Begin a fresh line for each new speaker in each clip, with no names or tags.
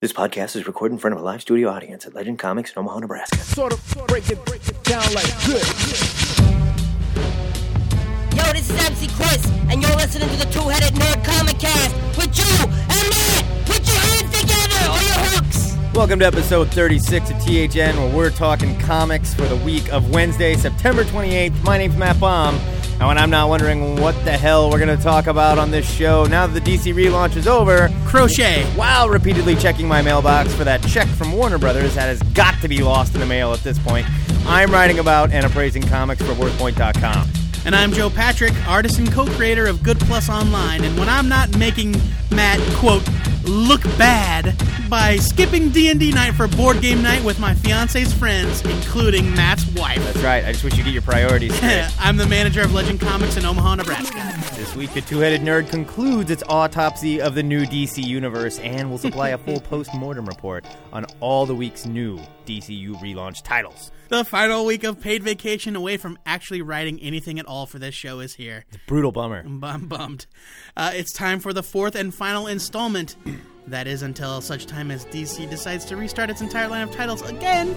This podcast is recorded in front of a live studio audience at Legend Comics in Omaha, Nebraska.
Sort of break it, break it down like this.
Yo, this is MC Chris, and you're listening to the Two Headed Nerd Comic Cast with you and Matt. Put your hands together or your hooks.
Welcome to episode 36 of THN, where we're talking comics for the week of Wednesday, September 28th. My name's Matt Baum, and when I'm not wondering what the hell we're going to talk about on this show, now that the DC relaunch is over, crochet. While repeatedly checking my mailbox for that check from Warner Brothers that has got to be lost in the mail at this point, I'm writing about and appraising comics for WorthPoint.com.
And I'm Joe Patrick, artist and co creator of Good Plus Online. And when I'm not making Matt, quote, look bad by skipping D&D night for board game night with my fiance's friends, including Matt's wife.
That's right. I just wish you get your priorities straight.
I'm the manager of Legend Comics in Omaha, Nebraska.
This week, the Two Headed Nerd concludes its autopsy of the new DC Universe and will supply a full post mortem report on all the week's new DCU relaunch titles.
The final week of paid vacation away from actually writing anything at all for this show is here.
Brutal bummer.
I'm bummed. Uh, it's time for the fourth and final installment. that is until such time as DC decides to restart its entire line of titles again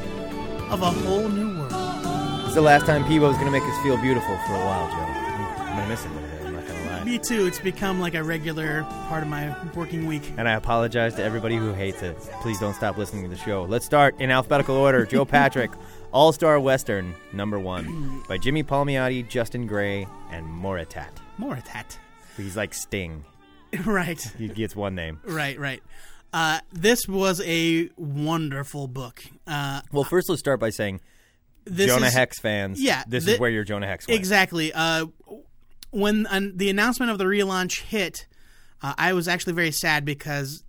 of a whole new world.
It's the last time Peebo's gonna make us feel beautiful for a while, Joe. I'm gonna miss it a little bit, I'm not gonna lie.
Me too. It's become like a regular part of my working week.
And I apologize to everybody who hates it. Please don't stop listening to the show. Let's start in alphabetical order. Joe Patrick, All Star Western, number one, by Jimmy Palmiotti, Justin Gray, and Moritat.
More at that.
He's like Sting.
right.
He gets one name.
Right. Right. Uh, this was a wonderful book. Uh,
Well, first let's start by saying
this
Jonah
is,
Hex fans.
yeah,
this
thi-
is where your Jonah Hex went.
Exactly. Uh, when an the announcement of the relaunch hit, uh, I was actually very sad because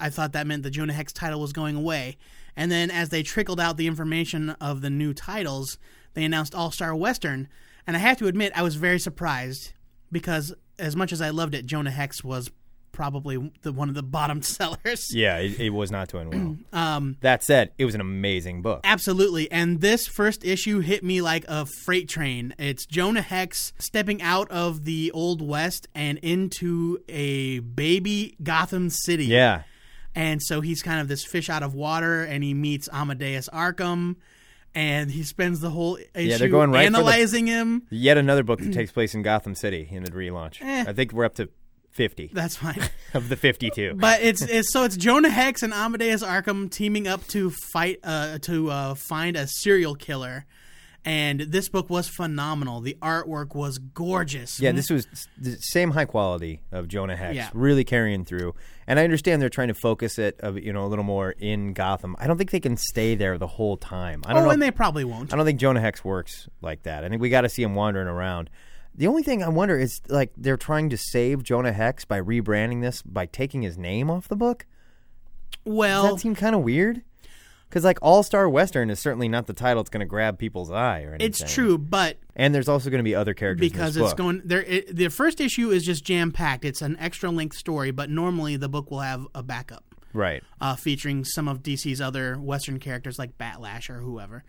I thought that meant the Jonah Hex title was going away. And then as they trickled out the information of the new titles, they announced All Star Western. And I have to admit, I was very surprised because as much as I loved it, Jonah Hex was probably the, one of the bottom sellers.
Yeah, it, it was not doing well. um, that said, it was an amazing book.
Absolutely. And this first issue hit me like a freight train. It's Jonah Hex stepping out of the Old West and into a baby Gotham City.
Yeah,
And so he's kind of this fish out of water and he meets Amadeus Arkham and he spends the whole issue
they're going right for the-
analyzing him.
yet another book that takes place in Gotham City in the relaunch.
Eh.
I think we're up to fifty
That's fine.
of the fifty-two.
But it's, it's so it's Jonah Hex and Amadeus Arkham teaming up to fight uh, to uh, find a serial killer, and this book was phenomenal. The artwork was gorgeous.
yeah, this was s- the same high quality of Jonah Hex,
mm-hmm. Yeah.
really carrying through. And I understand they're trying to focus it, of, you know, a little more in Gotham. I don't think they can stay there the whole time. I don't
oh,
know.
and they probably won't.
I don't think Jonah Hex works like that. I think we got to see him wandering around. The only thing I wonder is like they're trying to save Jonah Hex by rebranding this by taking his name off the book. Does
Well,
that seem kind of weird? Because like All Star Western is certainly not the title that's going to grab people's eye or anything.
it's true, but
and there's also going to be other characters
because
in this
it's
book.
going there. It, the first issue is just jam packed. It's an extra length story, but normally the book will have a backup.
right.
Uh, featuring some of DC's other Western characters like Batlash or whoever.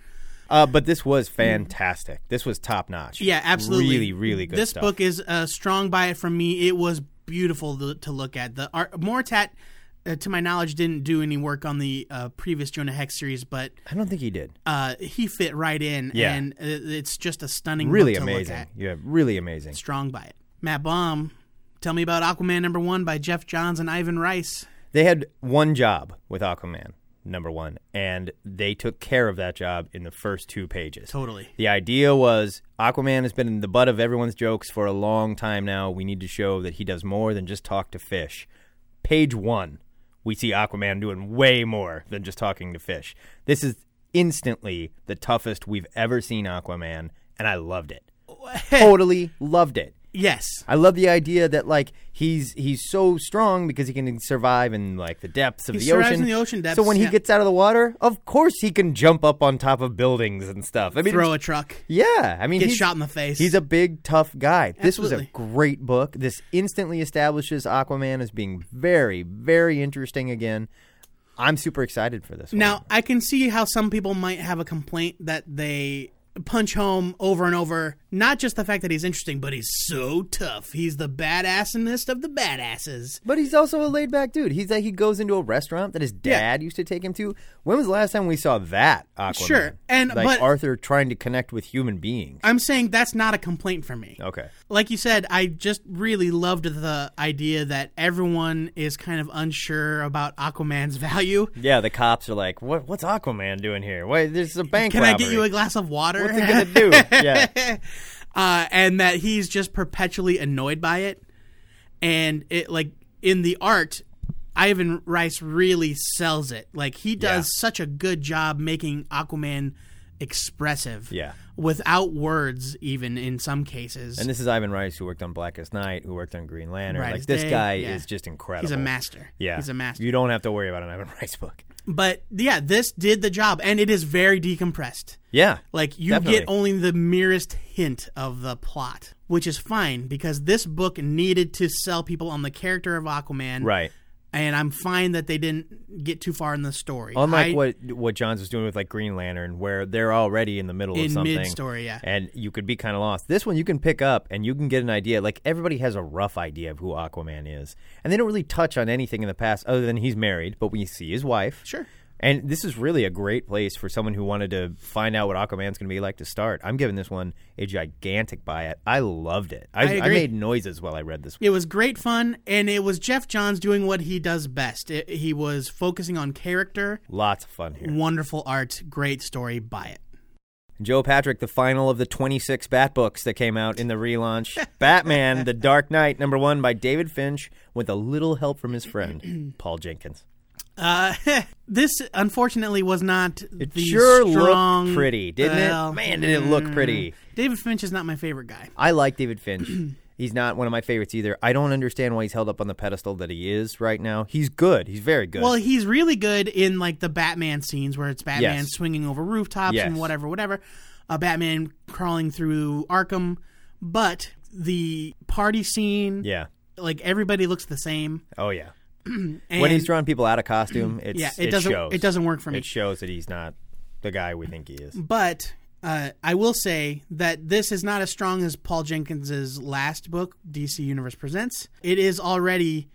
Uh, but this was fantastic. This was top notch.
Yeah, absolutely.
Really, really good.
This
stuff.
book is a strong buy it from me. It was beautiful to, to look at. The art, Mortat, uh, to my knowledge, didn't do any work on the uh, previous Jonah Hex series, but
I don't think he did.
uh, he fit right in.
Yeah.
and uh, it's just a stunning,
Really
book to Look
amazing.
at.
Yeah, really amazing.
Strong buy it. Matt Baum, tell me about Aquaman number one by Jeff Johns and Ivan Rice.
they had one job with Aquaman, number one, and they took care of that job in the first two pages.
Totally.
The idea was Aquaman has been the butt of everyone's jokes for a long time now. We need to show that he does more than just talk to fish. Page one, we see Aquaman doing way more than just talking to fish. This is instantly the toughest we've ever seen Aquaman, and I loved it. totally loved it.
Yes.
I love the idea that like he's he's so strong because he can survive in like the depths of
He
the
survives
ocean.
in the ocean depths,
so when
yeah.
he gets out of the water, of course he can jump up on top of buildings and stuff. I mean,
Throw a truck.
yeah, I mean,
Get
he's,
shot in the face.
He's a big tough guy. This was a
Absolutely.
great book. This instantly establishes Aquaman as being very very interesting again. I'm super excited for this.
Now,
one.
I can see how some people might have a complaint that they punch home over and over Not just the fact that he's interesting, but he's so tough. He's the badassinest of the badasses.
But he's also a laid back dude. He's like he goes into a restaurant that his dad used to take him to. When was the last time we saw that Aquaman?
Sure, and-
like
but-
Arthur trying to connect with human beings.
I'm saying that's not a complaint from me.
Okay.
Like you said, I just really loved the idea that everyone is kind of unsure about Aquaman's value.
Yeah, the cops are like, "What? What's Aquaman doing here? Why? There's a bank.
Can I get
robbery.
you a glass of water?
What's he gonna do? Yeah,
uh, and that he's just perpetually annoyed by it. And it like in the art, Ivan Rice really sells it. Like he does such a good job making Aquaman expressive.
Yeah.
Without words, even in some cases.
and this is Ivan Rice, who worked on Blackest Night, who worked on Green Lantern.
Right
like
as
this
day,
guy
yeah.
is just incredible.
he's a master.
Yeah,
He's a master.
You don't have to worry about an Ivan Rice book.
but yeah, this did the job and it is very decompressed.
Yeah,
Like you
Definitely.
get only the merest hint of the plot, which is fine because this book needed to sell people on the character of Aquaman.
right.
And I'm fine that they didn't get too far in the story.
Unlike
I-
what what Johns was doing with like Green Lantern, where they're already in the middle of
In
something,
mid-story, yeah.
and you could be kind of lost. This one you can pick up and you can get an idea. Like everybody has a rough idea of who Aquaman is, and they don't really touch on anything in the past other than he's married, but we see his wife.
Sure.
And this is really a great place for someone who wanted to find out what Aquaman's going to be like to start. I'm giving this one a gigantic buy it. I loved it. I,
I agree.
made noises while I read this.
It was great fun, and it was Jeff Johns doing what he does best. It, he was focusing on character,
Lots of fun here.
wonderful art, great story. Buy it.
Joe Patrick, the final of the 26 Bat books that came out in the relaunch. Batman, The Dark Knight, number one by David Finch, with a little help from his friend, Paul Jenkins.
Uh, this unfortunately was not
It
the
sure
strong.
looked pretty, didn't
well, mm,
it? Man, did it look pretty.
David Finch is not my favorite guy.
I like David Finch. he's not one of my favorites either. I don't understand why he's held up on the pedestal that he is right now. He's good. He's very good.
Well, he's really good in like the Batman scenes where it's Batman
Yes.
swinging over rooftops and
Yes.
whatever, whatever. A Batman crawling through Arkham, but the party scene,
yeah.
like everybody looks the same.
Oh, yeah.
And
when he's drawing people out of costume, it's,
yeah, it, doesn't
shows.
it doesn't work for me.
It shows that he's not the guy we think he is.
but uh, I will say that this is not as strong as Paul Jenkins's last book, DC Universe Presents. It is already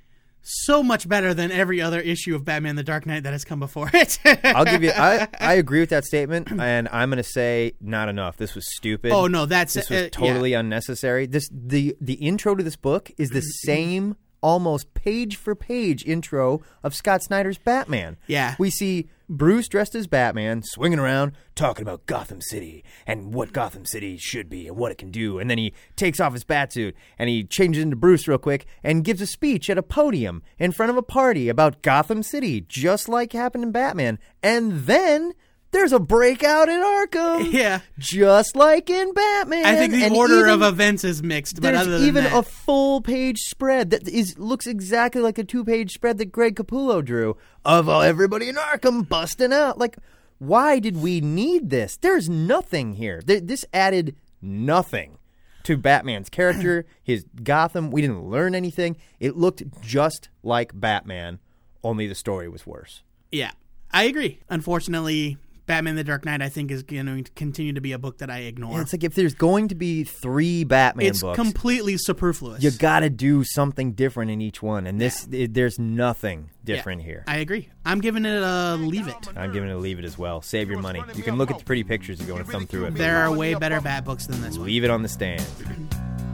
so much better than every other issue of Batman: The Dark Knight that has come before it.
I'll give you. I, I agree with that statement, and I'm going to say not enough. This was stupid.
Oh, no, that's-
this was
uh, yeah.
totally unnecessary. This the the intro to this book is the
Mm-hmm.
same almost page for page intro of Scott Snyder's Batman.
Yeah.
we see Bruce dressed as Batman swinging around talking about Gotham City and what Gotham City should be and what it can do, and then he takes off his batsuit and he changes into Bruce real quick and gives a speech at a podium in front of a party about Gotham City, just like happened in Batman, and then. There's a breakout in Arkham.
Yeah.
Just like in Batman.
I think the
And
order
even-
of events is mixed, but
there's
other than
even
that,
a full page spread that is looks exactly like the two page spread that Greg Capullo drew of uh, everybody in Arkham busting out. Like, why did we need this? There's nothing here. Th- this added nothing to Batman's character, his Gotham. We didn't learn anything. It looked just like Batman, only the story was worse.
yeah, I agree. Unfortunately, Batman: The Dark Knight, I think, is going to continue to be a book that I ignore.
It's like if there's going to be three Batman
It's
books,
completely superfluous.
you got to do something different in each one, and this it, there's nothing different here.
I agree. I'm giving it a leave it.
I'm giving it a leave it as well. Save your money. You can look at the pretty pictures and go and thumb through it.
There are way better bat books than this one.
Leave it on the stand.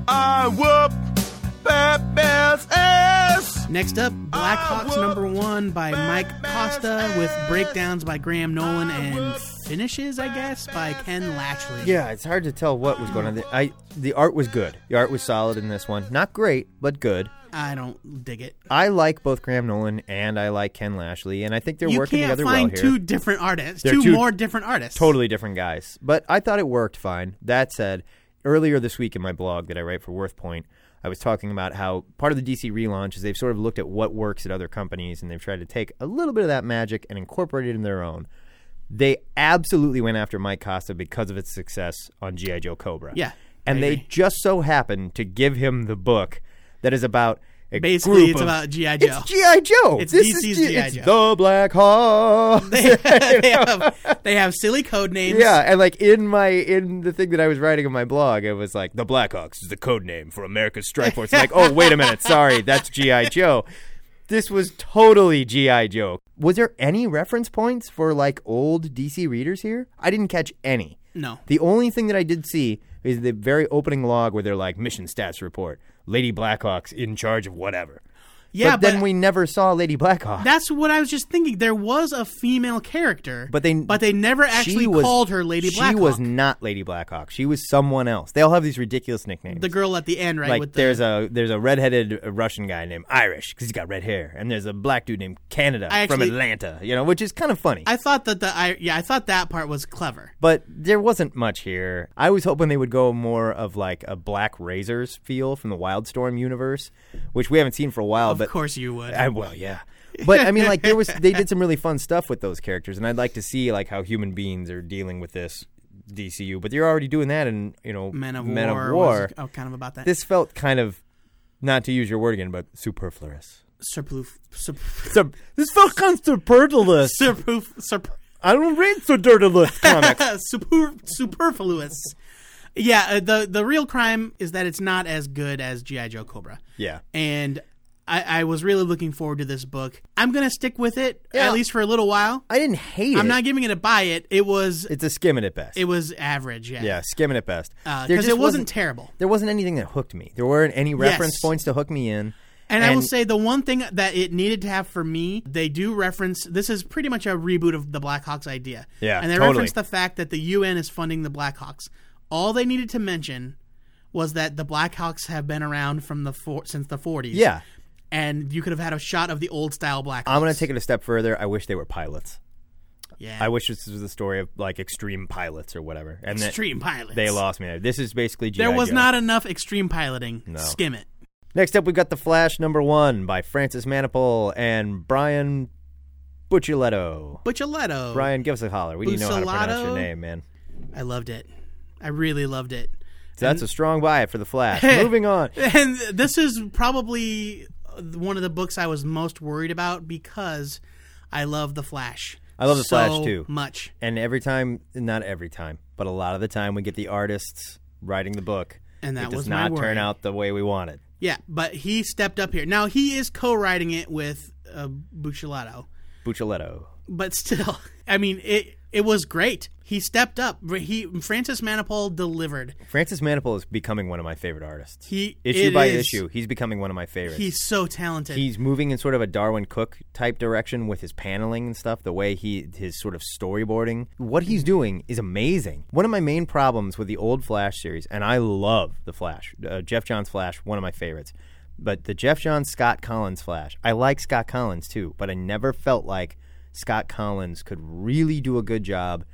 I whoop Batman's ass.
Next up, Blackhawks number one by Mike Costa with breakdowns by Graham Nolan and finishes, I guess, by Ken Latchley.
Yeah, it's hard to tell what was going on. The, I the art was good. The art was solid in this one. Not great, but good.
I don't dig it.
I like both Graham Nolan and I like Ken Lashley, and I think they're
You
working
can't
together well
find
here.
two different artists,
They're
two,
two
more different artists.
totally different guys. But I thought it worked fine. That said, earlier this week in my blog that I write for Worth Point, I was talking about how part of the DC relaunch is they've sort of looked at what works at other companies and they've tried to take a little bit of that magic and incorporate it in their own. They absolutely went after Mike Costa because of its success on G.I. Joe Cobra.
Yeah,
And
I
they
agree.
just so happened to give him the book that is about a
Basically,
group
it's
of-
about GI Joe.
It's GI Joe.
It's
this
DC's
is
G.I.
It's
Joe.
the Black Hawk.
they, have, they have silly code names.
Yeah, and like in my in the thing that I was writing on my blog, it was like the Blackhawks is the code name for America's Strike Force. like, oh wait a minute, sorry, that's GI Joe. This was totally GI Joe. Was there any reference points for like old DC readers here? I didn't catch any.
No.
The only thing that I did see is the very opening log where they're like mission stats report, Lady Blackhawks in charge of whatever.
Yeah,
but then we never saw Lady Blackhawk.
That's what I was just thinking. There was a female character,
But they
but they never
she
actually
was-
called her Lady
She
Blackhawk.
was not Lady Blackhawk. She was someone else. They all have these ridiculous nicknames.
the girl at the end, right?
like
with the,
there's a there's a redheaded Russian guy named Irish because he's got red hair, and there's a black dude named Canada
I
from
actually-
Atlanta. You know, which is kind of funny.
I thought that the I yeah, I thought that part was clever.
but there wasn't much here. I was hoping they would go more of like a Black Razors feel from the Wildstorm universe, which we haven't seen for a while.
Of
but
course, you would.
I, well, yeah. But I mean, like there was, they did some really fun stuff with those characters, and I'd like to see like how human beings are dealing with this DCU. But they're already doing that in you know
Men of
Men
War.
of War.
Was, oh, kind of about that.
This felt kind of, not to use your word again, but superfluous.
surplus, sur,
Sup- this felt kind of superfluous.
surplus, surplus.
I don't read so dirtyless comics.
super, superfluous. Yeah, uh, the the real crime is that it's not as good as GI Joe Cobra.
yeah.
and I, I was really looking forward to this book. I'm gonna stick with it
Yeah.
at least for a little while.
I didn't hate it.
I'm not giving it a buy. It it was
It's a skimming at best.
it was average. Yeah,
yeah, skimming at best. There
because
just
it wasn't, terrible.
There wasn't anything that hooked me. There weren't any reference
Yes.
points to hook me in.
And, I will say the one thing that it needed to have for me, they do reference this is pretty much a reboot of the Blackhawks idea.
Yeah,
and they
totally.
reference the fact that the UN is funding the Blackhawks. All they needed to mention was that the Blackhawks have been around from the four, since the 40s.
Yeah.
and you could have had a shot of the old style Blackhawks.
I'm going to take it a step further. I wish they were pilots.
yeah,
I wish this was the story of like extreme pilots or whatever. And that
extreme pilots.
they lost me there. This is basically G.I.
There was
Joe.
not enough extreme piloting. Skim it.
Next up, we've got The Flash number one by Francis Manipal and Brian Bucciletto.
Buccioletto.
Brian, give us a holler. We need to know how to pronounce your
Bucciolato?
name, man.
oh. I loved it. I really loved it.
That's a strong buy for The Flash. Moving on.
And this is probably uh, one of the books I was most worried about because I love The Flash.
I love The
so
Flash, too.
Much.
And every time, not every time, but a lot of the time, we get the artists writing the book.
And that
it does
was my
not
worry.
turn out the way we wanted.
Yeah, but he stepped up here. Now he is co-writing it with uh, Buccioletto.
Bucciletto.
but still, I mean it. It was great. He stepped up. He Francis Manipal delivered.
Francis Manipal is becoming one of my favorite artists.
He
issue
it
by
is-
issue, he's becoming one of my favorites.
He's so talented.
he's moving in sort of a Darwin Cook type direction with his paneling and stuff, the way he his sort of storyboarding. What he's doing is amazing. One of my main problems with the old Flash series, and I love the Flash, uh, Jeff Johns Flash, one of my favorites. But the Jeff Johns Scott Collins Flash, I like Scott Collins too, but I never felt like Scott Collins could really do a good job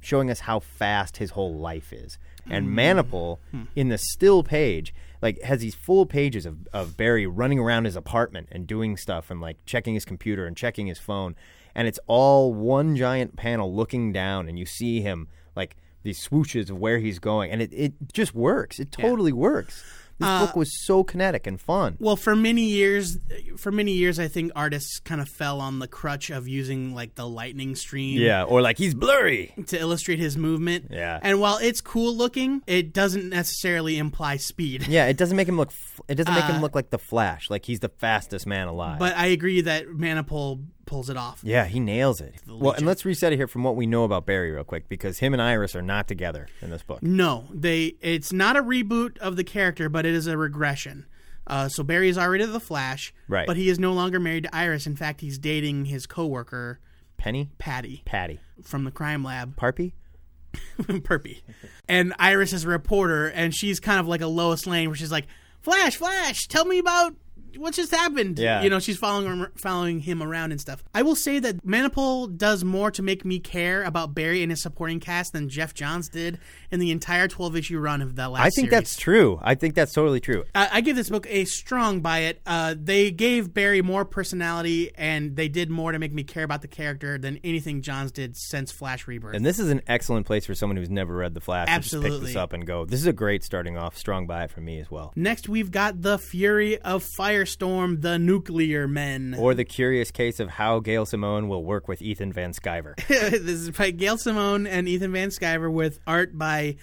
showing us how fast his whole life is. And Manipal, in the still page, like has these full pages of, of Barry running around his apartment and doing stuff and like checking his computer and checking his phone. And it's all one giant panel looking down, and you see him like these swooshes of where he's going. And it, it just works. It totally works. This book was so kinetic and fun.
well for many years for many years i think artists kind of fell on the crutch of using like the lightning stream
Yeah, or like he's blurry.
to illustrate his movement
Yeah.
and while it's cool looking it doesn't necessarily imply speed
Yeah, it doesn't make him look. F- it doesn't make him look like the Flash. Like he's the fastest man alive.
but i agree that manipul pulls it off
Yeah, he nails it. Well, and let's reset it here from what we know about Barry real quick because him and Iris are not together in this book.
no they it's not a reboot of the character but it is a regression uh, so barry's already the flash
Right.
but he is no longer married to iris in fact he's dating his coworker
Penny,
patty
Patty,
from the crime lab
Parpy.
Perpy. And Iris is a reporter, and she's kind of like a Lois Lane, where she's like, "Flash, Flash, tell me about what just happened."
Yeah.
you know, she's following him, following him around and stuff. I will say that Manipul does more to make me care about Barry and his supporting cast than Jeff Johns did in the entire twelve issue run of that last.
I think
series.
that's true. I think that's totally true.
I I give this book a strong buy it. Uh, they gave Barry more personality, and they did more to make me care about the character than anything Johns did since Flash Rebirth.
And this is an excellent place for someone who's never read The Flash to just pick
Absolutely.
this up and go. This is a great starting off, strong buy for me as well.
Next, we've got The Fury of Fire Firestorm, the Nuclear Men.
Or the curious case of how Gail Simone will work with Ethan Van Sciver.
this is by Gail Simone and Ethan Van Sciver with art by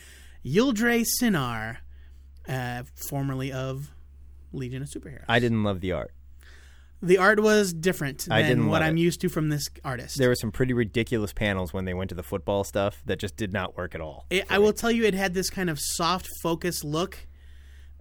Yildre Sinar, uh, formerly of Legion of Superheroes.
I didn't love the art.
the art was different than
I didn't
what
love
I'm
it.
used to from this artist.
There were some pretty ridiculous panels when they went to the football stuff that just did not work at all.
it, I will tell you, it had this kind of soft focus look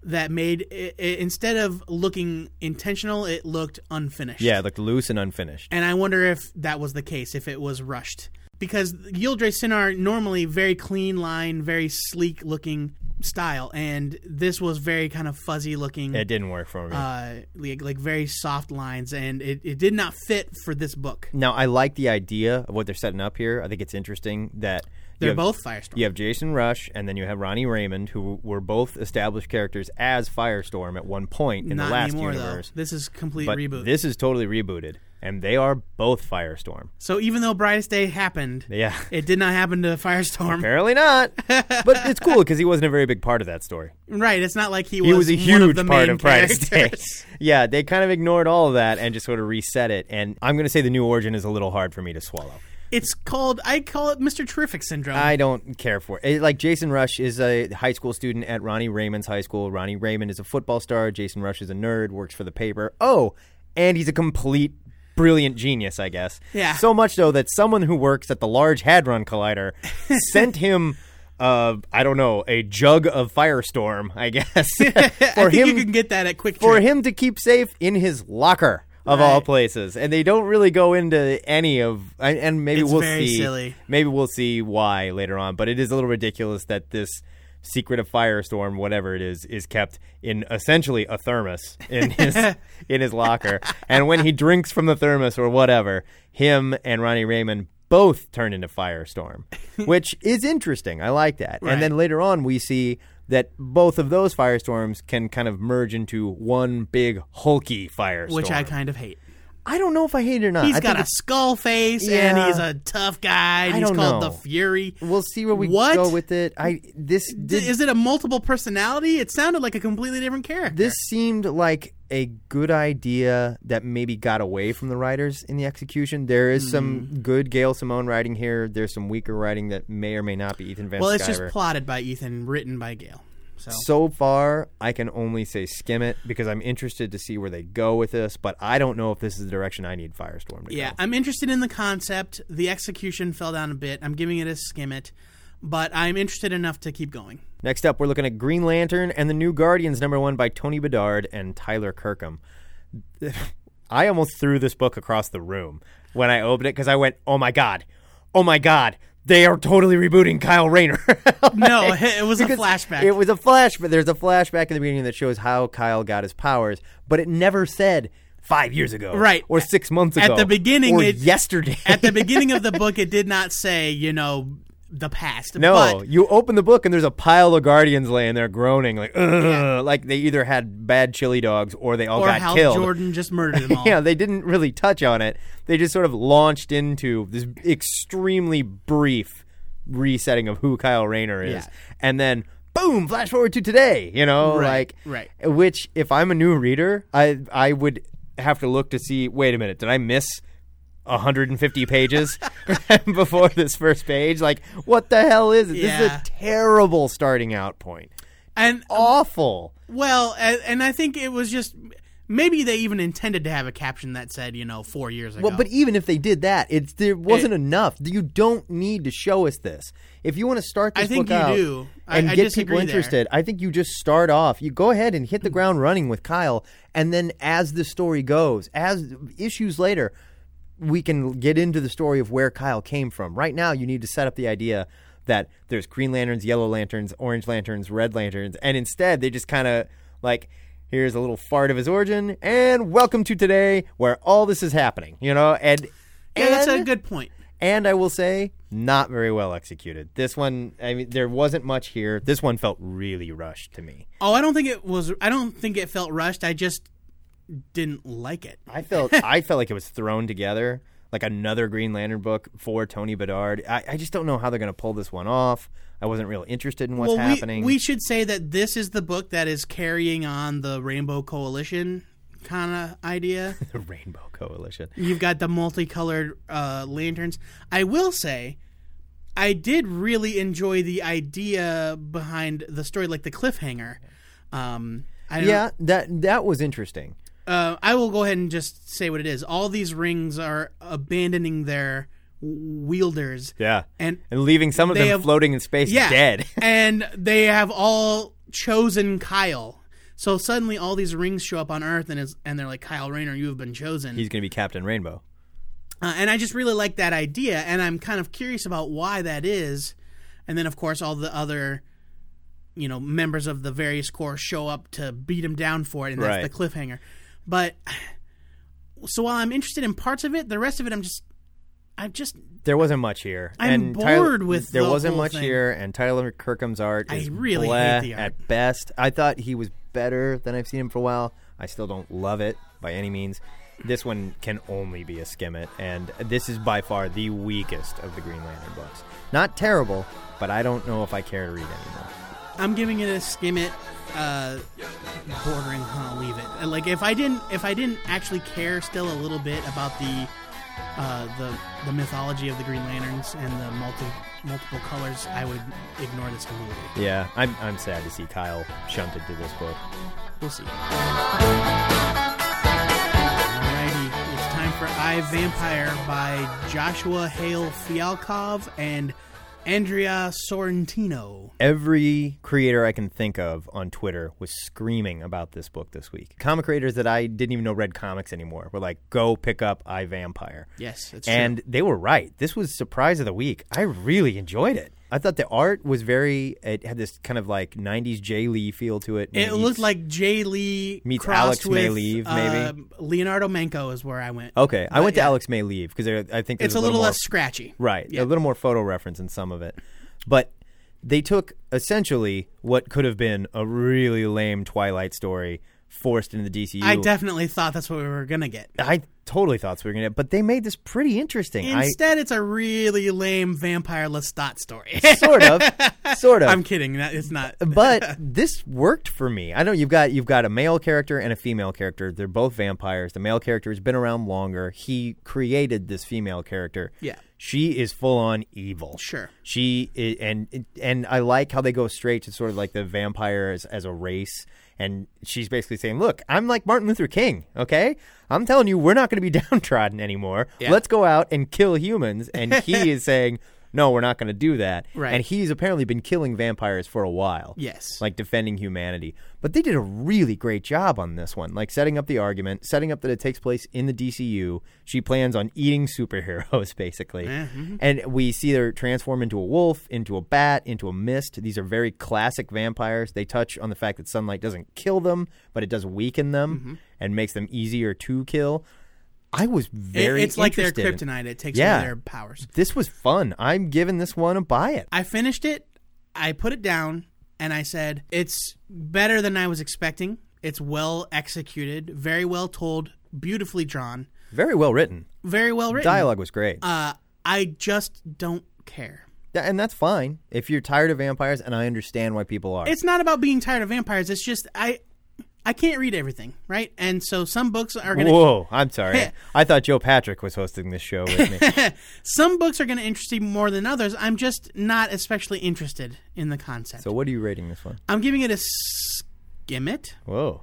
that made it, it, instead of looking intentional, it looked unfinished.
Yeah, it looked loose and unfinished.
and I wonder if that was the case, if it was rushed, because Yildre Sinar normally very clean line, very sleek looking style, and this was very kind of fuzzy looking.
It didn't work for me.
uh, like, like very soft lines, and it, it did not fit for this book.
now, I like the idea of what they're setting up here. I think it's interesting that you
They're
have-
both Firestorm.
You have Jason Rush, and then you have Ronnie Raymond, who were both established characters as Firestorm at one point in
not
the last
anymore
universe.
though. This is complete
But
reboot.
this is totally rebooted, and they are both Firestorm.
so even though Brightest Day happened,
Yeah.
it did not happen to Firestorm.
Apparently not. but it's cool because he wasn't a very big part of that story.
Right? It's not like he,
He was, a
one
huge
of the
part
main
of Brightest Day.
characters.
yeah, they kind of ignored all of that and just sort of reset it. And I'm going to say the new origin is a little hard for me to swallow.
It's called I call it Mr. Terrific syndrome.
I don't care for it. It- Like Jason Rush is a high school student at Ronnie Raymond's high school. Ronnie Raymond is a football star. Jason Rush is a nerd, works for the paper. Oh, and he's a complete brilliant genius, I guess.
Yeah.
So much so that someone who works at the Large Hadron Collider sent him. Uh, I don't know, a jug of Firestorm, I guess,
I
for
think
him
you can get that at Quick
for
Trip.
him to keep safe in his locker of all places. And they don't really go into any of and- and maybe
It's
we'll
very
see
silly.
maybe we'll see why later on, but it is a little ridiculous that this secret of firestorm whatever it is is kept in essentially a thermos in his in his locker and when he drinks from the thermos or whatever him and Ronnie Raymond both turn into firestorm which is interesting i like that
Right.
and then later on we see that both of those firestorms can kind of merge into one big hulky firestorm
Which I kind of hate.
I don't know if i hate it or not
He's
I
got
think
a
it's-
skull face and
Yeah.
he's a tough guy. And
I
he's
don't
called
know.
the Fury.
we'll see where we
What?
go with it i this
D-
did,
is it a multiple personality? It sounded like a completely different character.
this seemed like a good idea that maybe got away from the writers in the execution. There is
Hmm.
some good Gail Simone writing here. There's some weaker writing that may or may not be Ethan Van
well, it's
Sciver.
just plotted by Ethan, written by Gail. So
so far, I can only say skim it because I'm interested to see where they go with this, but I don't know if this is the direction I need Firestorm to
yeah,
go.
I'm interested in the concept. The execution fell down a bit. I'm giving it a skim it, but I'm interested enough to keep going.
Next up, we're looking at Green Lantern and the New Guardians, number one by Tony Bedard and Tyler Kirkham. I almost threw this book across the room when I opened it because I went, "Oh my god, oh my god, they are totally rebooting Kyle Rayner."
No, it was a
Because
flashback.
It was a flashback. There's a flashback in the beginning that shows how Kyle got his powers, but it never said five years ago,
Right.
or six months
At
ago,
the beginning,
or
it-
yesterday.
At the beginning of the book, it did not say, you know, the past.
No,
but
you open the book and there's a pile of guardians laying there groaning like, Ugh, like they either had bad chili dogs or they all
or
got
Hal
killed.
Jordan just murdered them all.
Yeah, they didn't really touch on it. They just sort of launched into this extremely brief resetting of who Kyle Rayner is,
Yeah.
and then boom, flash forward to today. You know,
Right,
like
right.
Which, if I'm a new reader, I I would have to look to see. Wait a minute, did I miss? 150 pages before this first page. Like, what the hell is it? This is
Yeah.
a terrible starting out point.
And
Oh, Awful.
well, and, and I think it was just maybe they even intended to have a caption that said, you know, four years ago.
Well, but even if they did that, it's there wasn't enough. You don't need to show us this. If you want to start this
I think
book
you
out
do. I-
and
I
get
disagree
people
there. Mm.
interested, I think you just start off. You go ahead and hit the ground running with Kyle, and then as the story goes, as issues later, we can get into the story of where Kyle came from. Right now, you need to set up the idea that there's Green Lanterns, Yellow Lanterns, Orange Lanterns, Red Lanterns, and instead they just kind of like. Here's a little fart of his origin, and welcome to today, where all this is happening. You know, and
yeah, that's a
and-
good point.
and I will say, not very well executed. This one, I mean, there wasn't much here. This one felt really rushed to me.
Oh, I don't think it was. I don't think it felt rushed. I just didn't like it.
I felt, I felt like it was thrown together like another Green Lantern book for Tony Bedard. I, I just don't know how they're going to pull this one off. I wasn't real interested in what's
well,
happening.
We, we should say that this is the book that is carrying on the Rainbow Coalition kind of idea.
the Rainbow Coalition.
You've got the multicolored uh, lanterns. I will say, I did really enjoy the idea behind the story, like the cliffhanger. Um, I don't-
Yeah, that that was interesting.
uh, I will go ahead and just say what it is. All these rings are abandoning their w- wielders.
Yeah,
And
and leaving some of
They
them
have-
floating in space
yeah,
dead.
and they have all chosen Kyle. So suddenly, all these rings show up on Earth, and it's, and they're like, "Kyle Rayner, you have been chosen."
He's going to be Captain Rainbow.
Uh, and I just really like that idea, and I'm kind of curious about why that is. And then, of course, all the other, you know, members of the various corps show up to beat him down for it, and that's
Right.
the cliffhanger. But so while I'm interested in parts of it, the rest of it, I'm just, I'm just,
There wasn't much here.
I'm
and
bored with
There
the
wasn't
whole
much
thing.
here, and Tyler Kirkham's art
I
is
really hate
bleh
the art.
at best. I thought he was better than I've seen him for a while. I still don't love it by any means. This one can only be a skim it, and this is by far the weakest of the Green Lantern books. Not terrible, but I don't know if I care to read anymore.
I'm giving it a skim it, uh, bordering on leave it. And, Like if I didn't, if I didn't actually care still a little bit about the, uh, the the mythology of the Green Lanterns and the multi multiple colors, I would ignore this completely.
Yeah, I'm, I'm sad to see Kyle shunted to this book.
We'll see. Alrighty, it's time for I Vampire by Joshua Hale Fialkov and Andrea Sorrentino.
every creator I can think of on Twitter was screaming about this book this week. Comic creators that I didn't even know read comics anymore were like, go pick up I Vampire.
Yes, it's
And they were right. This was surprise of the week. I really enjoyed it. I thought the art was very, it had this kind of like 90s Jay Lee feel to it.
It
Maybe-
looked like Jay Lee
Meets
crossed
Alex
with,
May Leave, maybe?
um, Leonardo Manco is where I went.
Okay. I
But
went to
yeah,
Alex May Leave because I think there's
It's a little,
more
less scratchy.
Right.
Yeah.
A little more photo reference in some of it. But they took essentially what could have been a really lame Twilight story forced into the DCU.
I definitely thought that's what we were gonna get.
I totally thought so we were going to, but they made this pretty interesting. I
Instead, it's a really lame vampire Lestat story.
sort of, sort of.
I'm kidding. That it's not.
but this worked for me. I know you've got you've got a male character and a female character. They're both vampires. The male character has been around longer. He created this female character.
Yeah.
She is full on evil.
Sure.
She i and and I like how they go straight to sort of like the vampires as a race. And she's basically saying, "Look, I'm like Martin Luther King, okay? I'm telling you, we're not going to be downtrodden anymore. Let's go out and kill humans." And he is saying, "No, we're not going to do that."
Right.
And he's apparently been killing vampires for a while
Yes.
like defending humanity. But they did a really great job on this one, like setting up the argument, setting up that it takes place in the DCU. She plans on eating superheroes, basically.
mm-hmm.
And we see her transform into a wolf, into a bat, into a mist. These are very classic vampires. They touch on the fact that sunlight doesn't kill them, but it does weaken them and makes them easier to kill. I was
Mm-hmm. It-
very
it's like their
interested.
kryptonite. It takes
Yeah.
away their powers.
This was fun. I'm giving this one a buy it.
I finished it. I put it down and I said, it's better than I was expecting. It's well executed, very well told, beautifully drawn,
Very well written.
very well written.
Dialogue was great.
Uh, I just don't care.
Th- and that's fine if you're tired of vampires, and I understand why people are.
It's not about being tired of vampires. It's just I, I can't read everything, right? And so some books are going to
Whoa, I'm sorry. I thought Joe Patrick was hosting this show with me.
some books are going to interest you more than others. I'm just not especially interested in the concept.
so what are you rating this one?
I'm giving it a skim it.
Whoa.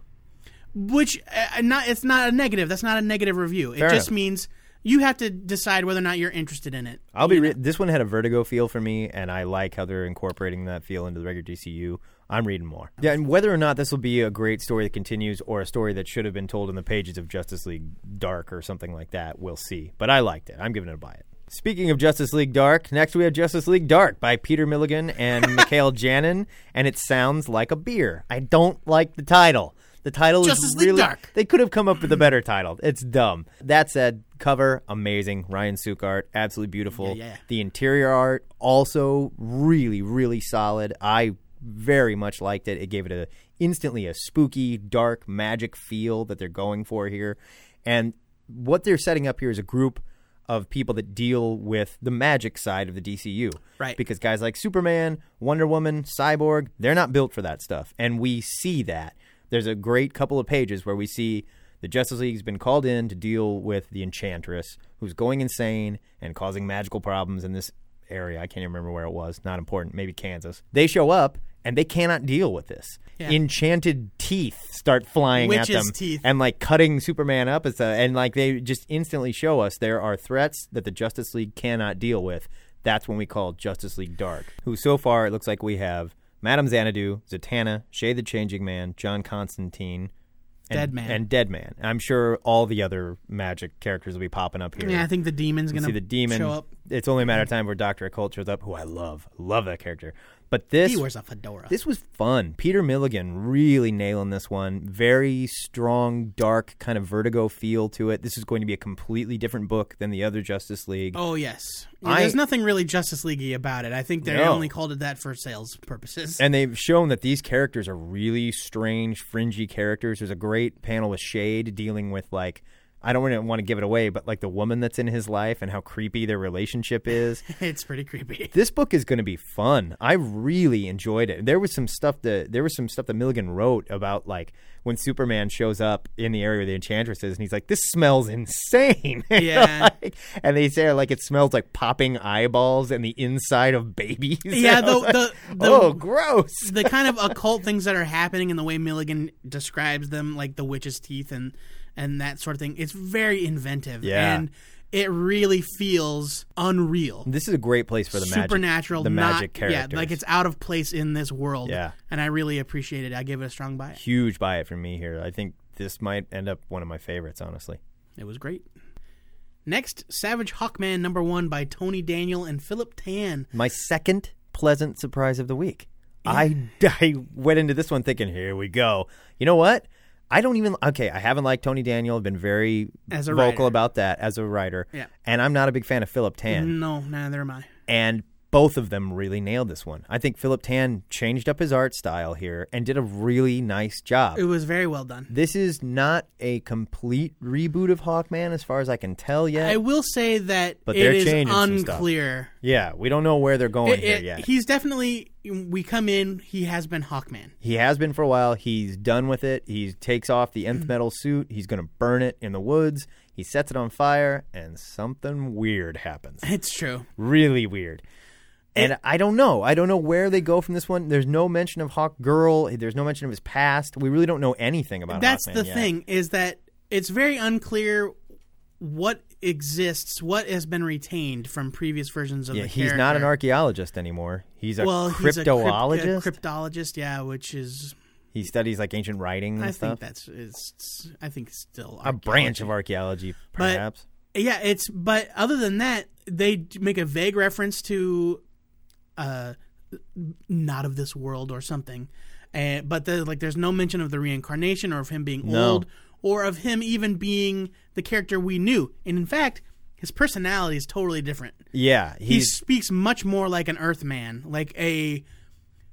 which uh, not it's not a negative. That's not a negative review. It
Fair
just
enough.
means you have to decide whether or not you're interested in it.
I'll be re- this one had a vertigo feel for me, and I like how they're incorporating that feel into the regular DCU. I'm reading more. Yeah, and whether or not this will be a great story that continues or a story that should have been told in the pages of Justice League Dark or something like that, we'll see. But I liked it. I'm giving it a buy it. Speaking of Justice League Dark, next we have Justice League Dark by Peter Milligan and Mikhail Janin, and it sounds like a beer. I don't like the title. The title
Justice
is
League
really
Dark.
they could have come up with a better title. It's dumb. That said, cover amazing. Ryan Suk art, absolutely beautiful.
Yeah, yeah.
The interior art also really, really solid. I very much liked it. It gave it a instantly a spooky, dark, magic feel that they're going for here. And what they're setting up here is a group of people that deal with the magic side of the DCU.
Right.
Because guys like Superman, Wonder Woman, Cyborg, they're not built for that stuff. And we see that. There's a great couple of pages where we see The Justice League's been called in to deal with the Enchantress, who's going insane and causing magical problems in this area. I can't even remember where it was. Not important. Maybe Kansas. They show up and they cannot deal with this.
Yeah.
Enchanted teeth start flying at
Witches'
them
teeth.
and like cutting Superman up as a, and like they just instantly show us there are threats that the Justice League cannot deal with. That's when we call Justice League Dark, who so far it looks like we have Madame Xanadu, Zatanna, Shay the Changing Man, John Constantine, and,
Deadman.
and Deadman. I'm sure all the other magic characters will be popping up here.
Yeah, I think the demon's
You
gonna
see the demon.
show up.
It's only a matter of time where Doctor Occult shows up, who I love, love that character. But this
He wears a fedora.
this was fun. Peter Milligan really nailing this one. Very strong, dark, kind of vertigo feel to it. This is going to be a completely different book than the other Justice League.
oh yes, Yeah,
I-
there's nothing really Justice Leaguey about it. I think they
No.
only called it that for sales purposes.
And they've shown that these characters are really strange, fringy characters. There's a great panel with Shade dealing with like I don't really want to give it away, but like the woman that's in his life and how creepy their relationship is.
it's pretty creepy.
this book is going to be fun. I really enjoyed it. There was some stuff that there was some stuff that Milligan wrote about like when Superman shows up in the area where the Enchantress is, and he's like, "This smells insane." You know,
Yeah.
like- and they say like it smells like popping eyeballs and the inside of babies.
Yeah,
And I was
the-
like,
the- the-
oh, gross.
the kind of occult things that are happening and the way Milligan describes them, like the witch's teeth and and that sort of thing, it's very inventive.
Yeah.
And it really feels unreal.
This is a great place for the magic-
Supernatural,
the
not-
magic characters.
Yeah, like it's out of place in this world.
Yeah.
And I really appreciate it. I give it a strong buy.
huge buy it for me here. I think this might end up one of my favorites, honestly.
It was great. Next, Savage Hawkman number one by Tony Daniel and Philip Tan.
my second pleasant surprise of the week. I, I went into this one thinking, here we go. You know what? I don't even okay. I haven't liked Tony Daniel. I've been very
As a
vocal
writer.
about that as a writer.
Yeah. Mm-hmm.
And I'm not a big fan of Philip Tan.
No, neither am I.
And both of them really nailed this one. I think Philip Tan changed up his art style here and did a really nice job.
It was very well done.
This is not a complete reboot of Hawkman, as far as I can tell yet.
I will say that
But
it
they're
is
changing some stuff.
unclear.
yeah, we don't know where they're going
It-
here
it-
yet.
He's definitely. We come in. He has been Hawkman.
He has been for a while. He's done with it. He takes off the
Mm.
nth metal suit. He's going to burn it in the woods. He sets it on fire, and something weird happens.
It's true.
really weird. And I don't know. I don't know where they go from this one. There's no mention of Hawk Girl. There's no mention of his past. We really don't know anything about.
That's
Hawkman
the
yet.
thing is that it's very unclear what exists, what has been retained from previous versions of
Yeah,
the
he's not an
character.
archaeologist anymore. He's a
Well, he's a crypt- a
cryptologist.
cryptologist, yeah, which is
he studies like ancient writing and
I
stuff.
think that's it's. I think still
a branch of archaeology, perhaps.
Yeah, it's but other than that, they d- make a vague reference to uh not of this world or something. Uh, but the, like there's no mention of the reincarnation or of him being
No.
old or of him even being the character we knew. And in fact, his personality is totally different.
yeah,
He
he's
speaks much more like an Earthman, like a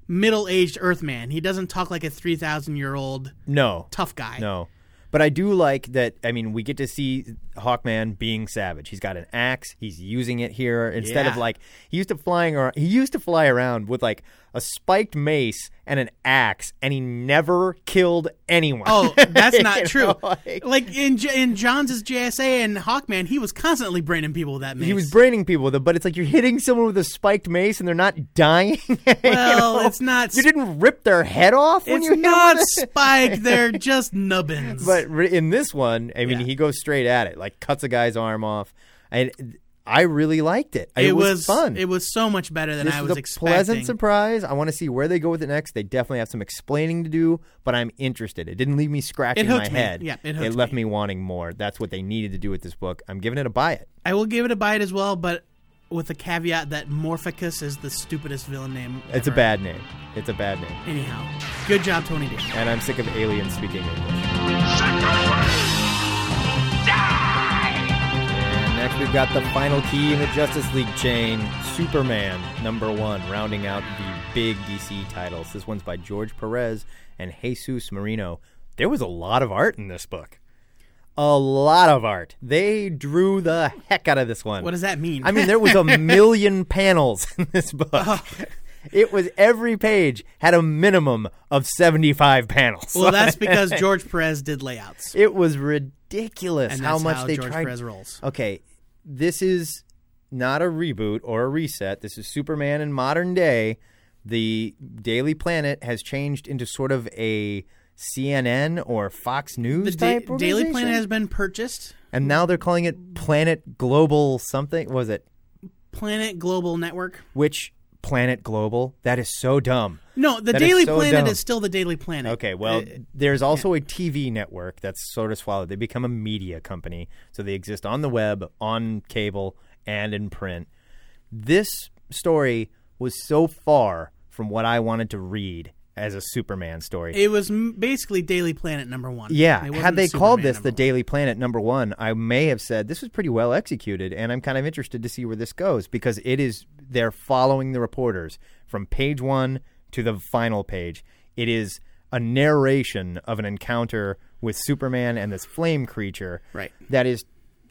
middle-aged Earthman. He doesn't talk like a 3,000-year-old
no
tough guy.
No. But I do like that. I mean, we get to see Hawkman being savage. He's got an axe. He's using it here instead of
Yeah.
like he used to flying around. He used to fly around with like a spiked mace and an axe, and he never killed anyone.
Oh, that's not
You
true.
know,
like,
like-
in J- in Johns' JSA and Hawkman, he was constantly braining people with that mace.
he was braining people with it, but it's like you're hitting someone with a spiked mace and they're not dying. You
well,
know?
it's not.
You didn't rip their head off when
It's
you hit 'em
not
with it?
Spike. They're just nubbins.
But re- in this one, I mean,
Yeah.
he goes straight at it, like cuts a guy's arm off, and I really liked it. It, was, fun.
It was so much better than
this
I
was,
was,
a
expecting.
pleasant surprise. I want to see where they go with it next. They definitely have some explaining to do, but I'm interested. It didn't leave me scratching
It
my
hooked me.
head.
Yeah, it
it
hooked
left me. wanting more. That's what they needed to do with this book. I'm giving it a buy it.
I will give it a bite as well, but with the caveat that Morphicus is the stupidest villain name.
It's a
ever.
bad name. It's a bad name,
Anyhow, good job, Tony D.
and I'm sick of aliens speaking English. And Next, we've got the final key in the Justice League chain Superman, number one, rounding out the big DC titles. This one's by George Perez and Jesus Marino. There was a lot of art in this book. A lot of art. They drew the heck out of this one.
What does that mean? Oh.
I mean, there was a million panels in this book. It was every page had a minimum of 75 panels.
Well, that's because George Perez did layouts.
it was ridiculous
And
how
that's
much
how
they
George
tried.
Perez rolls.
Okay, this is not a reboot or a reset. This is Superman in modern day. The Daily Planet has changed into sort of a CNN or Fox
The
News
da-
type
Daily
organization.
Planet has been purchased.
and now they're calling it Planet Global something. What Was it
Planet Global Network.
which Planet Global? That is so dumb.
No, the
That is
Daily
so
Planet
dumb.
is still the Daily Planet.
Okay, well,
Uh,
there's also a TV network that's sort of swallowed. They become a media company, so they exist on the web, on cable, and in print. This story was so far from what I wanted to read as a Superman story.
it was m- basically Daily Planet number one.
yeah, had
It wasn't
they called
Superman
this
number
the Daily Planet number one, I may have said this was pretty well executed, and I'm kind of interested to see where this goes because it is they're following the reporters from page one to the final page. It is a narration of an encounter with Superman and this flame creature.
Right.
That is,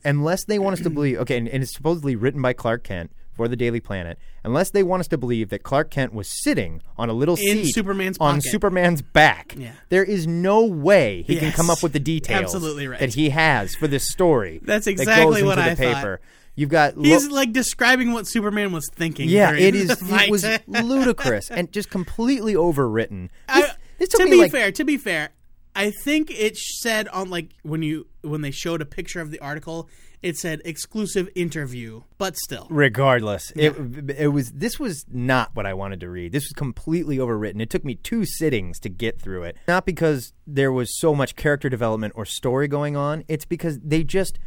unless they want us to believe, okay, and, and it's supposedly written by Clark Kent for the Daily Planet. Unless they want us to believe that Clark Kent was sitting on a little
In
seat
Superman's
on
pocket.
Superman's back.
Yeah.
There is no way he can
Yes.
come up with the details
Absolutely right.
that he has for this story.
That's
that goes
exactly what
into the
I thought.
paper. You've got
one. He's
lo-
like describing what Superman was thinking.
yeah,
during
it is.
the
It
fight.
was ludicrous and just completely overwritten.
I-
This, this took
to
me
be
like
fair, to be fair, I think it said on like when you when they showed a picture of the article, it said exclusive interview, but still.
regardless it it was this was not what i wanted to read this was completely overwritten it took me two sittings to get through it not because there was so much character development or story going on it's because they just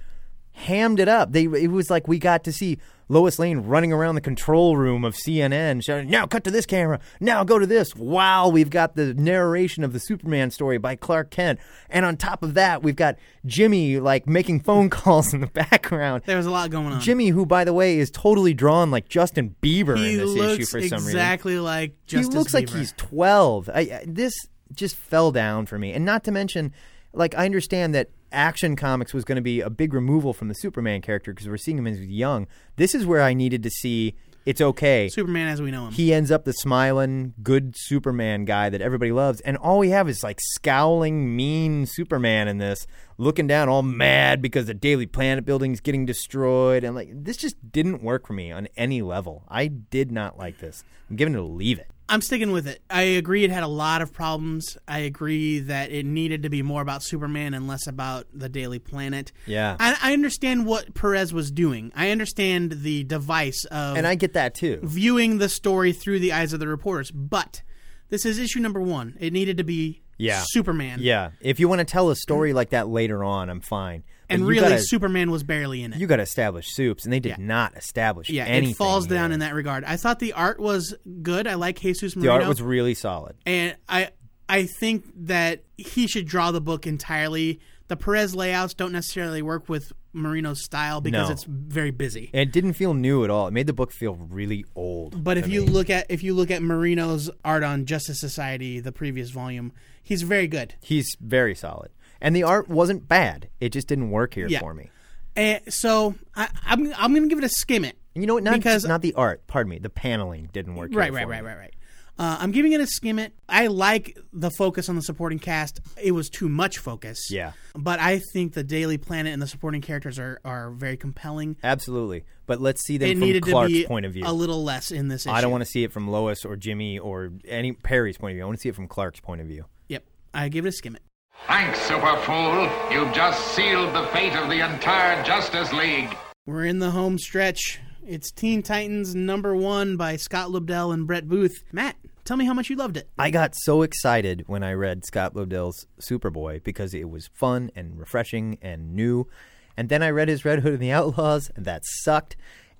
hammed it up they it was like we got to see lois lane running around the control room of cnn shouting now cut to this camera now go to this wow we've got the narration of the superman story by clark kent and on top of that we've got jimmy like making phone calls in the background
There was a lot going on.
Jimmy, who by the way is totally drawn like Justin Bieber
he
in this
looks
issue for some reason.
exactly like
he
Justice
looks like
Bieber.
he's twelve. I, I, this just fell down for me, and not to mention, like I understand that Action Comics was going to be a big removal from the Superman character because we're seeing him as he's young. This is where I needed to see it's okay.
Superman as we know him.
he ends up the smiling, good Superman guy that everybody loves, and all we have is like scowling, mean Superman in this, looking down all mad because the Daily Planet building's getting destroyed, and like this just didn't work for me on any level. I did not like this. I'm giving it a leave it.
I'm sticking with it. I agree it had a lot of problems. I agree that it needed to be more about Superman and less about the Daily Planet.
Yeah.
I, I understand what Perez was doing. I understand the device of
And I get that too.
viewing the story through the eyes of the reporters, but this is issue number one. It needed to be
Yeah.
Superman.
Yeah, if you want to tell a story like that later on, I'm fine. But
And
you
really,
gotta,
Superman was barely in it.
you got to establish soups, and they did
Yeah.
not establish
yeah,
anything.
it falls
here.
down in that regard. I thought the art was good. I like Jesus
The
Marino.
art was really solid.
and I I think that he should draw the book entirely. The Perez layouts don't necessarily work with Marino's style because
No.
it's very busy.
And it didn't feel new at all. It made the book feel really old.
But if
to
you
me.
look at if you look at Marino's art on Justice Society, the previous volume, he's very good.
he's very solid, and the art wasn't bad. It just didn't work here
Yeah.
for me.
And so I, I'm I'm gonna give it a skim it.
And you know what? Not
Because-
not the art. Pardon me. The paneling didn't work.
Right,
here
right,
for
right,
me.
right, right. Uh, I'm giving it a skim it. I like the focus on the supporting cast. It was too much focus.
Yeah.
But I think the Daily Planet and the supporting characters are, are very compelling.
Absolutely. But let's see them
It
from
needed
Clark's
to be
point of view.
a little less in this issue.
I don't want to see it from Lois or Jimmy or any Perry's point of view. I want to see it from Clark's point of view.
Yep. I give it a skim it.
Thanks, Superfool. You've just sealed the fate of the entire Justice League.
We're in the home stretch. It's Teen Titans number one by Scott Lobdell and Brett Booth. Matt, tell me how much you loved it.
I got so excited when I read Scott Lobdell's Superboy because it was fun and refreshing and new. And then I read his Red Hood and the Outlaws, and that sucked.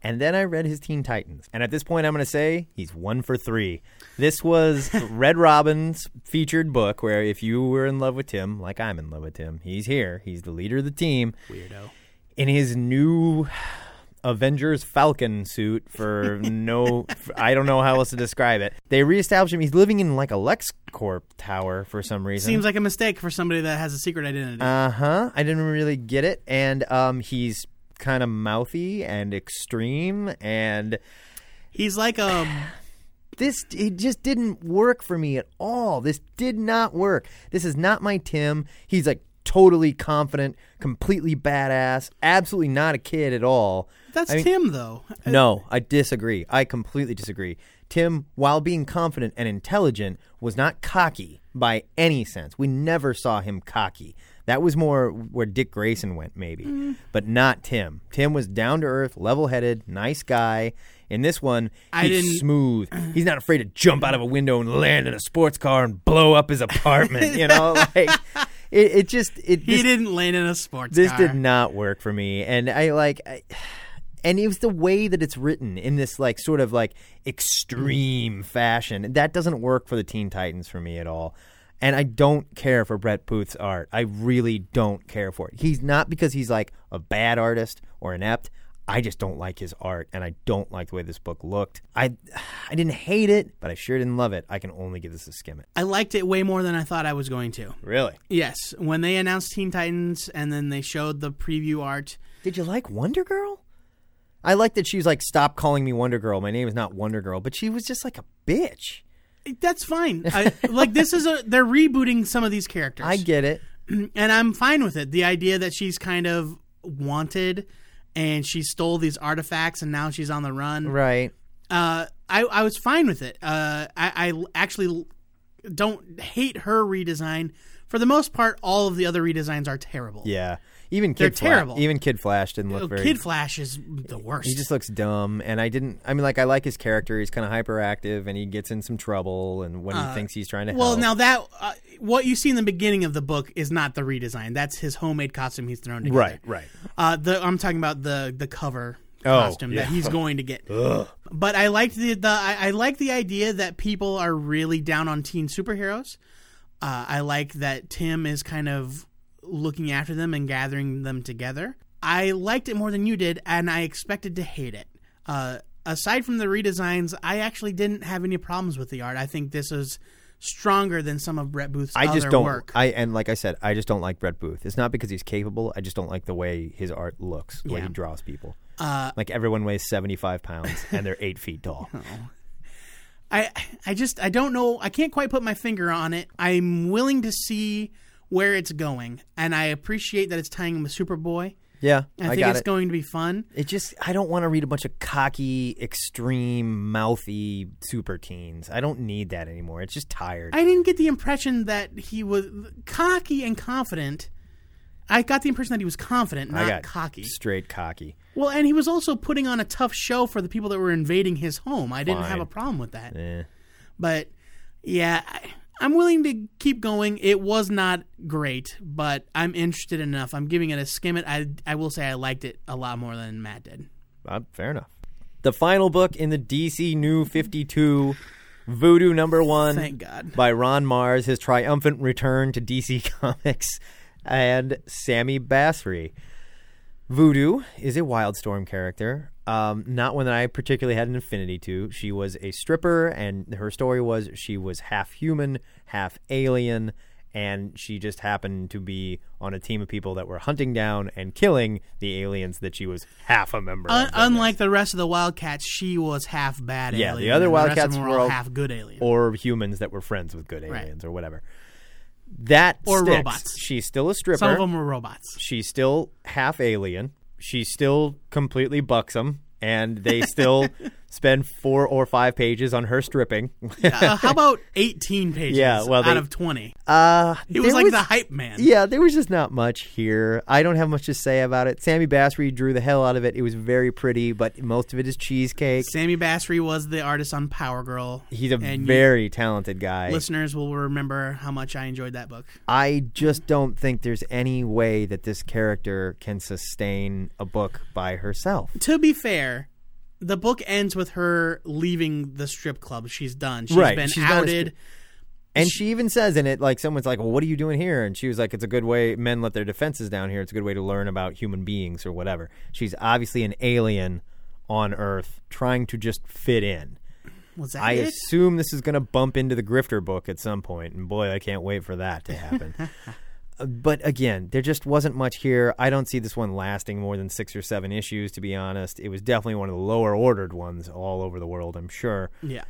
And then I read his Teen Titans. And at this point, I'm going to say he's one for three. This was Red Robin's featured book, where if you were in love with Tim, like I'm in love with Tim, he's here. He's the leader of the team. Weirdo. In his new Avengers Falcon suit for no, for- I don't know how else to describe it. They reestablish him. He's living in like a LexCorp tower for some reason.
Seems like a mistake for somebody that has a secret identity.
uh huh. I didn't really get it, and um, he's kind of mouthy and extreme, and
um, He's like a
this it just didn't work for me at all. This did not work. This is not my Tim. He's like totally confident, completely badass, absolutely not a kid at all.
That's
I mean-
Tim, though.
No, I disagree. I completely disagree. Tim, while being confident and intelligent, was not cocky by any sense. We never saw him cocky. That was more where Dick Grayson went, maybe,
Mm.
but not Tim. Tim was down to earth, level headed, nice guy. In this one,
I didn't-
he's smooth. He's not afraid to jump out of a window and land in a sports car and blow up his apartment. you know, like it, it just it
He
this-
didn't land in a sports
this
car.
did not work for me and i like I, and it was the way that it's written in this like sort of like extreme fashion that doesn't work for the teen titans for me at all and i don't care for brett booth's art i really don't care for it he's not because he's like a bad artist or inept I just don't like his art, and I don't like the way this book looked. I, I didn't hate it, but I sure didn't love it. I can only give this a skim it.
I liked it way more than I thought I was going to.
Really?
Yes, when they announced Teen Titans and then they showed the preview art.
Did you like Wonder Girl? I like that she was like, stop calling me Wonder Girl. My name is not Wonder Girl, but she was just like a bitch.
That's fine. I, like this is a they're rebooting some of these characters.
I get it.
and I'm fine with it. The idea that she's kind of wanted and she stole these artifacts and now she's on the run.
Right.
Uh, I, I was fine with it. Uh, I, I actually don't hate her redesign. For the most part, all of the other redesigns are terrible.
Yeah. Even Kid
They're
Fla-
terrible.
Even Kid Flash didn't look
Oh,
very
Kid Flash is the worst.
He just looks dumb, and I didn't. I mean, like, I like his character. He's kind of hyperactive, and he gets in some trouble, and when he thinks he's trying to
Uh, well,
help.
now that uh, what you see in the beginning of the book is not the redesign. That's his homemade costume he's thrown together.
Right, right.
Uh, the I'm talking about the the cover
Oh,
costume that he's going to get. But I liked the the I, I like the idea that people are really down on teen superheroes. Uh, I like that Tim is kind of looking after them and gathering them together. I liked it more than you did, and I expected to hate it. Uh, aside from the redesigns, I actually didn't have any problems with the art. I think this is stronger than some of Brett Booth's
I
other
just don't.
work.
I and like I said, I just don't like Brett Booth. It's not because he's capable. I just don't like the way his art looks, the way
Yeah. Uh,
he draws people. like everyone weighs seventy five pounds and they're eight feet tall.
Oh. I I just I don't know. I can't quite put my finger on it. I'm willing to see where it's going, and I appreciate that it's tying in with Superboy.
Yeah,
I
I,
think
got
it's
it.
going to be fun.
It just I don't want to read a bunch of cocky, extreme, mouthy super teens. I don't need that anymore. It's just tired.
I didn't get the impression that he was cocky and confident. I got the impression that he was confident,
I
not
got
cocky.
Straight cocky.
Well, and he was also putting on a tough show for the people that were invading his home. I didn't have
Fine.
a problem with that.
Eh.
But yeah, I, I'm willing to keep going. It was not great, but I'm interested enough. I'm giving it a skim it. I I will say I liked it a lot more than Matt did.
Uh, fair enough. The final book in the DC New 52, Voodoo Number One.
Thank God.
By Ron Mars, his triumphant return to DC Comics, and Sammy Basri. Voodoo is a Wildstorm character, um, not one that I particularly had an affinity to. She was a stripper, and her story was she was half human, half alien, and she just happened to be on a team of people that were hunting down and killing the aliens that she was half a member
Un-
of.
unlike the rest of the Wildcats, she was half bad.
Yeah,
alien,
the other
and rest of
Wildcats
them
were all-
half good alien.
or humans that were friends with good
Right.
aliens or whatever. That
Or
sticks.
robots.
She's still a stripper.
Some of them were robots.
She's still half alien. She's still completely buxom, and they still spend four or five pages on her stripping.
Uh, how about 18 pages
Yeah, well,
out
they-
of 20?
Uh,
He was
there
like the hype man.
Yeah, there was just not much here. I don't have much to say about it. Sammy Basri drew the hell out of it. It was very pretty, but most of it is cheesecake.
Sammy Basri was the artist on Power Girl.
He's a
and you-
very talented guy.
listeners will remember how much I enjoyed that book.
I just don't think there's any way that this character can sustain a book by herself.
to be fair, the book ends with her leaving the strip club. She's done. She's
Right.
been
She's not a
outed.
strip- And she even says in it, like, someone's like, well, what are you doing here? And she was like, it's a good way, men let their defenses down here. It's a good way to learn about human beings or whatever. She's obviously an alien on Earth trying to just fit in.
Was that
I
it?
assume this is going to bump into the Grifter book at some point, and boy, I can't wait for that to happen. Uh, but again, there just wasn't much here. I don't see this one lasting more than six or seven issues, to be honest. It was definitely one of the lower ordered ones all over the world, I'm sure.
yeah.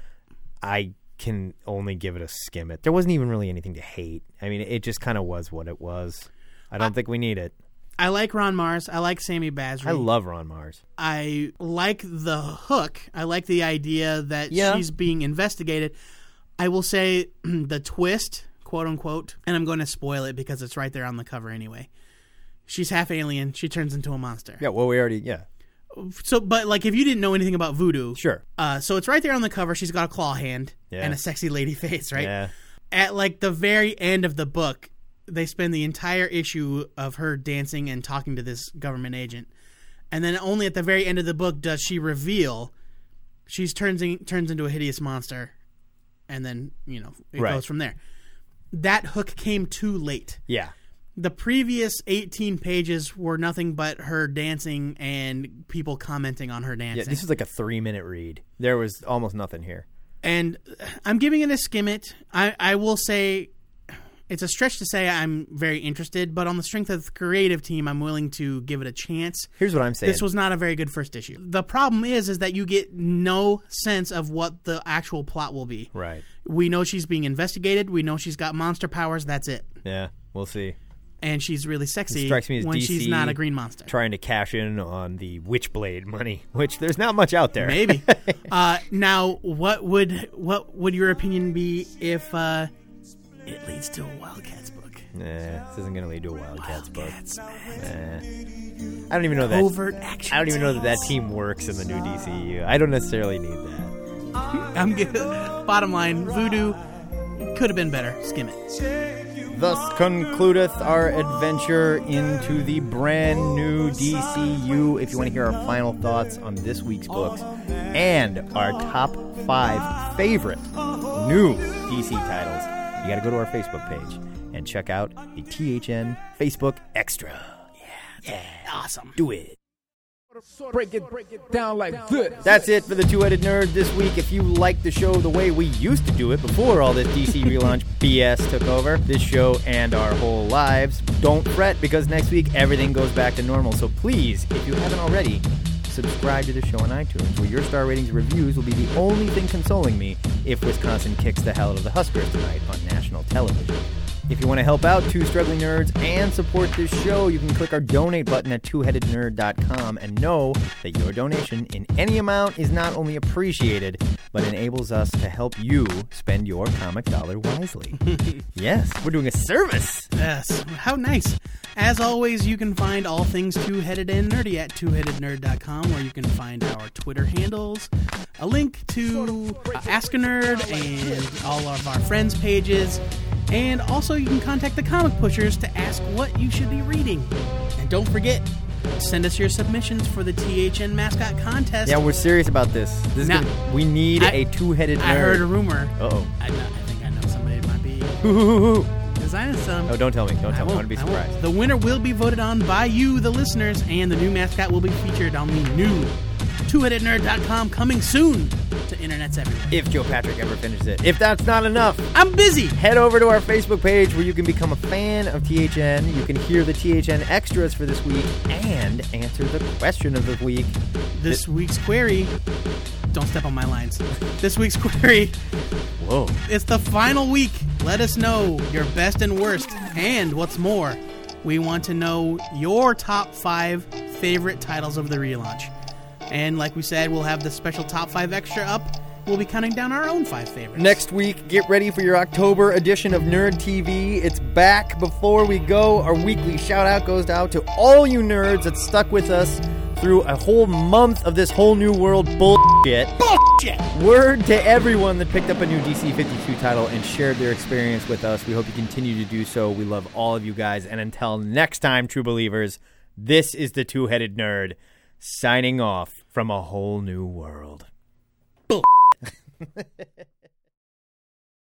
I can only give it a skim it. There wasn't even really anything to hate. I mean, it just kind of was what it was. I don't think we need it.
I like Ron Mars. I like Sammy Basri.
I love Ron Mars.
I like the hook. I like the idea that
Yeah.
she's being investigated. I will say the twist, quote unquote, and I'm going to spoil it because it's right there on the cover anyway. She's half alien. She turns into a monster.
Yeah, well, we already, yeah,
So, but like, if you didn't know anything about voodoo,
sure.
Uh, so it's right there on the cover. She's got a claw hand
Yeah.
and a sexy lady face, right?
Yeah.
At like the very end of the book, they spend the entire issue of her dancing and talking to this government agent, and then only at the very end of the book does she reveal she's turns in, turns into a hideous monster, and then you know it
Right.
goes from there. That hook came too late.
Yeah.
The previous 18 pages were nothing but her dancing and people commenting on her dancing.
Yeah, this is like a three minute read. There was almost nothing here.
and I'm giving it a skim it. I, I will say it's a stretch to say I'm very interested, but on the strength of the creative team, I'm willing to give it a chance.
Here's what I'm saying.
This was not a very good first issue. The problem is is that you get no sense of what the actual plot will be.
right.
We know she's being investigated, we know she's got monster powers, that's it.
Yeah, we'll see.
And she's really sexy
strikes me as
when she's
DC
not a green monster.
Trying to cash in on the Witchblade money, which there's not much out there.
Maybe. uh, now, what would what would your opinion be if uh, it leads to a Wildcats book?
Nah, this isn't going to lead to a Wildcats book.
Wildcats, man.
I don't even know that.
Overt action.
I don't even know that that team works in the new DCU. I don't necessarily need that.
I'm good. Bottom line, voodoo could have been better. Skim it.
Thus concludeth our adventure into the brand new DCU. If you want to hear our final thoughts on this week's books and our top five favorite new DC titles, you got to go to our Facebook page and check out the THN Facebook Extra.
Awesome.
Do it.
Break it, break it down like this.
That's it for the Two Headed Nerd this week. If you like the show the way we used to do it before all this DC relaunch BS took over, this show and our whole lives, don't fret because next week everything goes back to normal. So please, if you haven't already, subscribe to the show on iTunes, where your star ratings and reviews will be the only thing consoling me if Wisconsin kicks the hell out of the Huskers tonight on national television. If you want to help out two struggling nerds and support this show, you can click our donate button at twoheadednerd.com and know that your donation in any amount is not only appreciated, but enables us to help you spend your comic dollar wisely. yes, we're doing a service.
Yes. How nice. As always, you can find all things Two Headed and Nerdy at twoheadednerd.com, where you can find our Twitter handles, a link to uh, Ask a Nerd, and all of our friends' pages. And also, you can contact the comic pushers to ask what you should be reading. And don't forget, send us your submissions for the THN mascot contest.
Yeah, we're serious about this. This is
Now-
gonna, we need
I-
a two-headed nerd.
I heard a rumor.
Uh-oh.
I, know, I think I know somebody that might be
Hoo-hoo-hoo-hoo.
designing some.
Oh, don't tell me. Don't tell
I
me. I'm going to
won't.
be
I won't.
surprised.
The winner will be voted on by you, the listeners, and the new mascot will be featured on the new two-headednerd.com coming soon to internets everywhere.
If Joe Patrick ever finishes it. If that's not enough,
I'm busy.
Head over to our Facebook page where you can become a fan of THN. You can hear the THN extras for this week and answer the question of the week.
This week's query. Don't step on my lines. This week's query.
Whoa.
It's the final week. Let us know your best and worst, and what's more, we want to know your top five favorite titles of the relaunch. And like we said, we'll have the special top five extra up. We'll be counting down our own five favorites.
Next week, get ready for your October edition of Nerd TV. It's back. Before we go, our weekly shout out goes out to all you nerds that stuck with us through a whole month of this whole new world bullshit.
Bullshit.
Word to everyone that picked up a new DC 52 title and shared their experience with us. We hope you continue to do so. We love all of you guys. And until next time, true believers, this is the Two Headed Nerd signing off from a whole new world.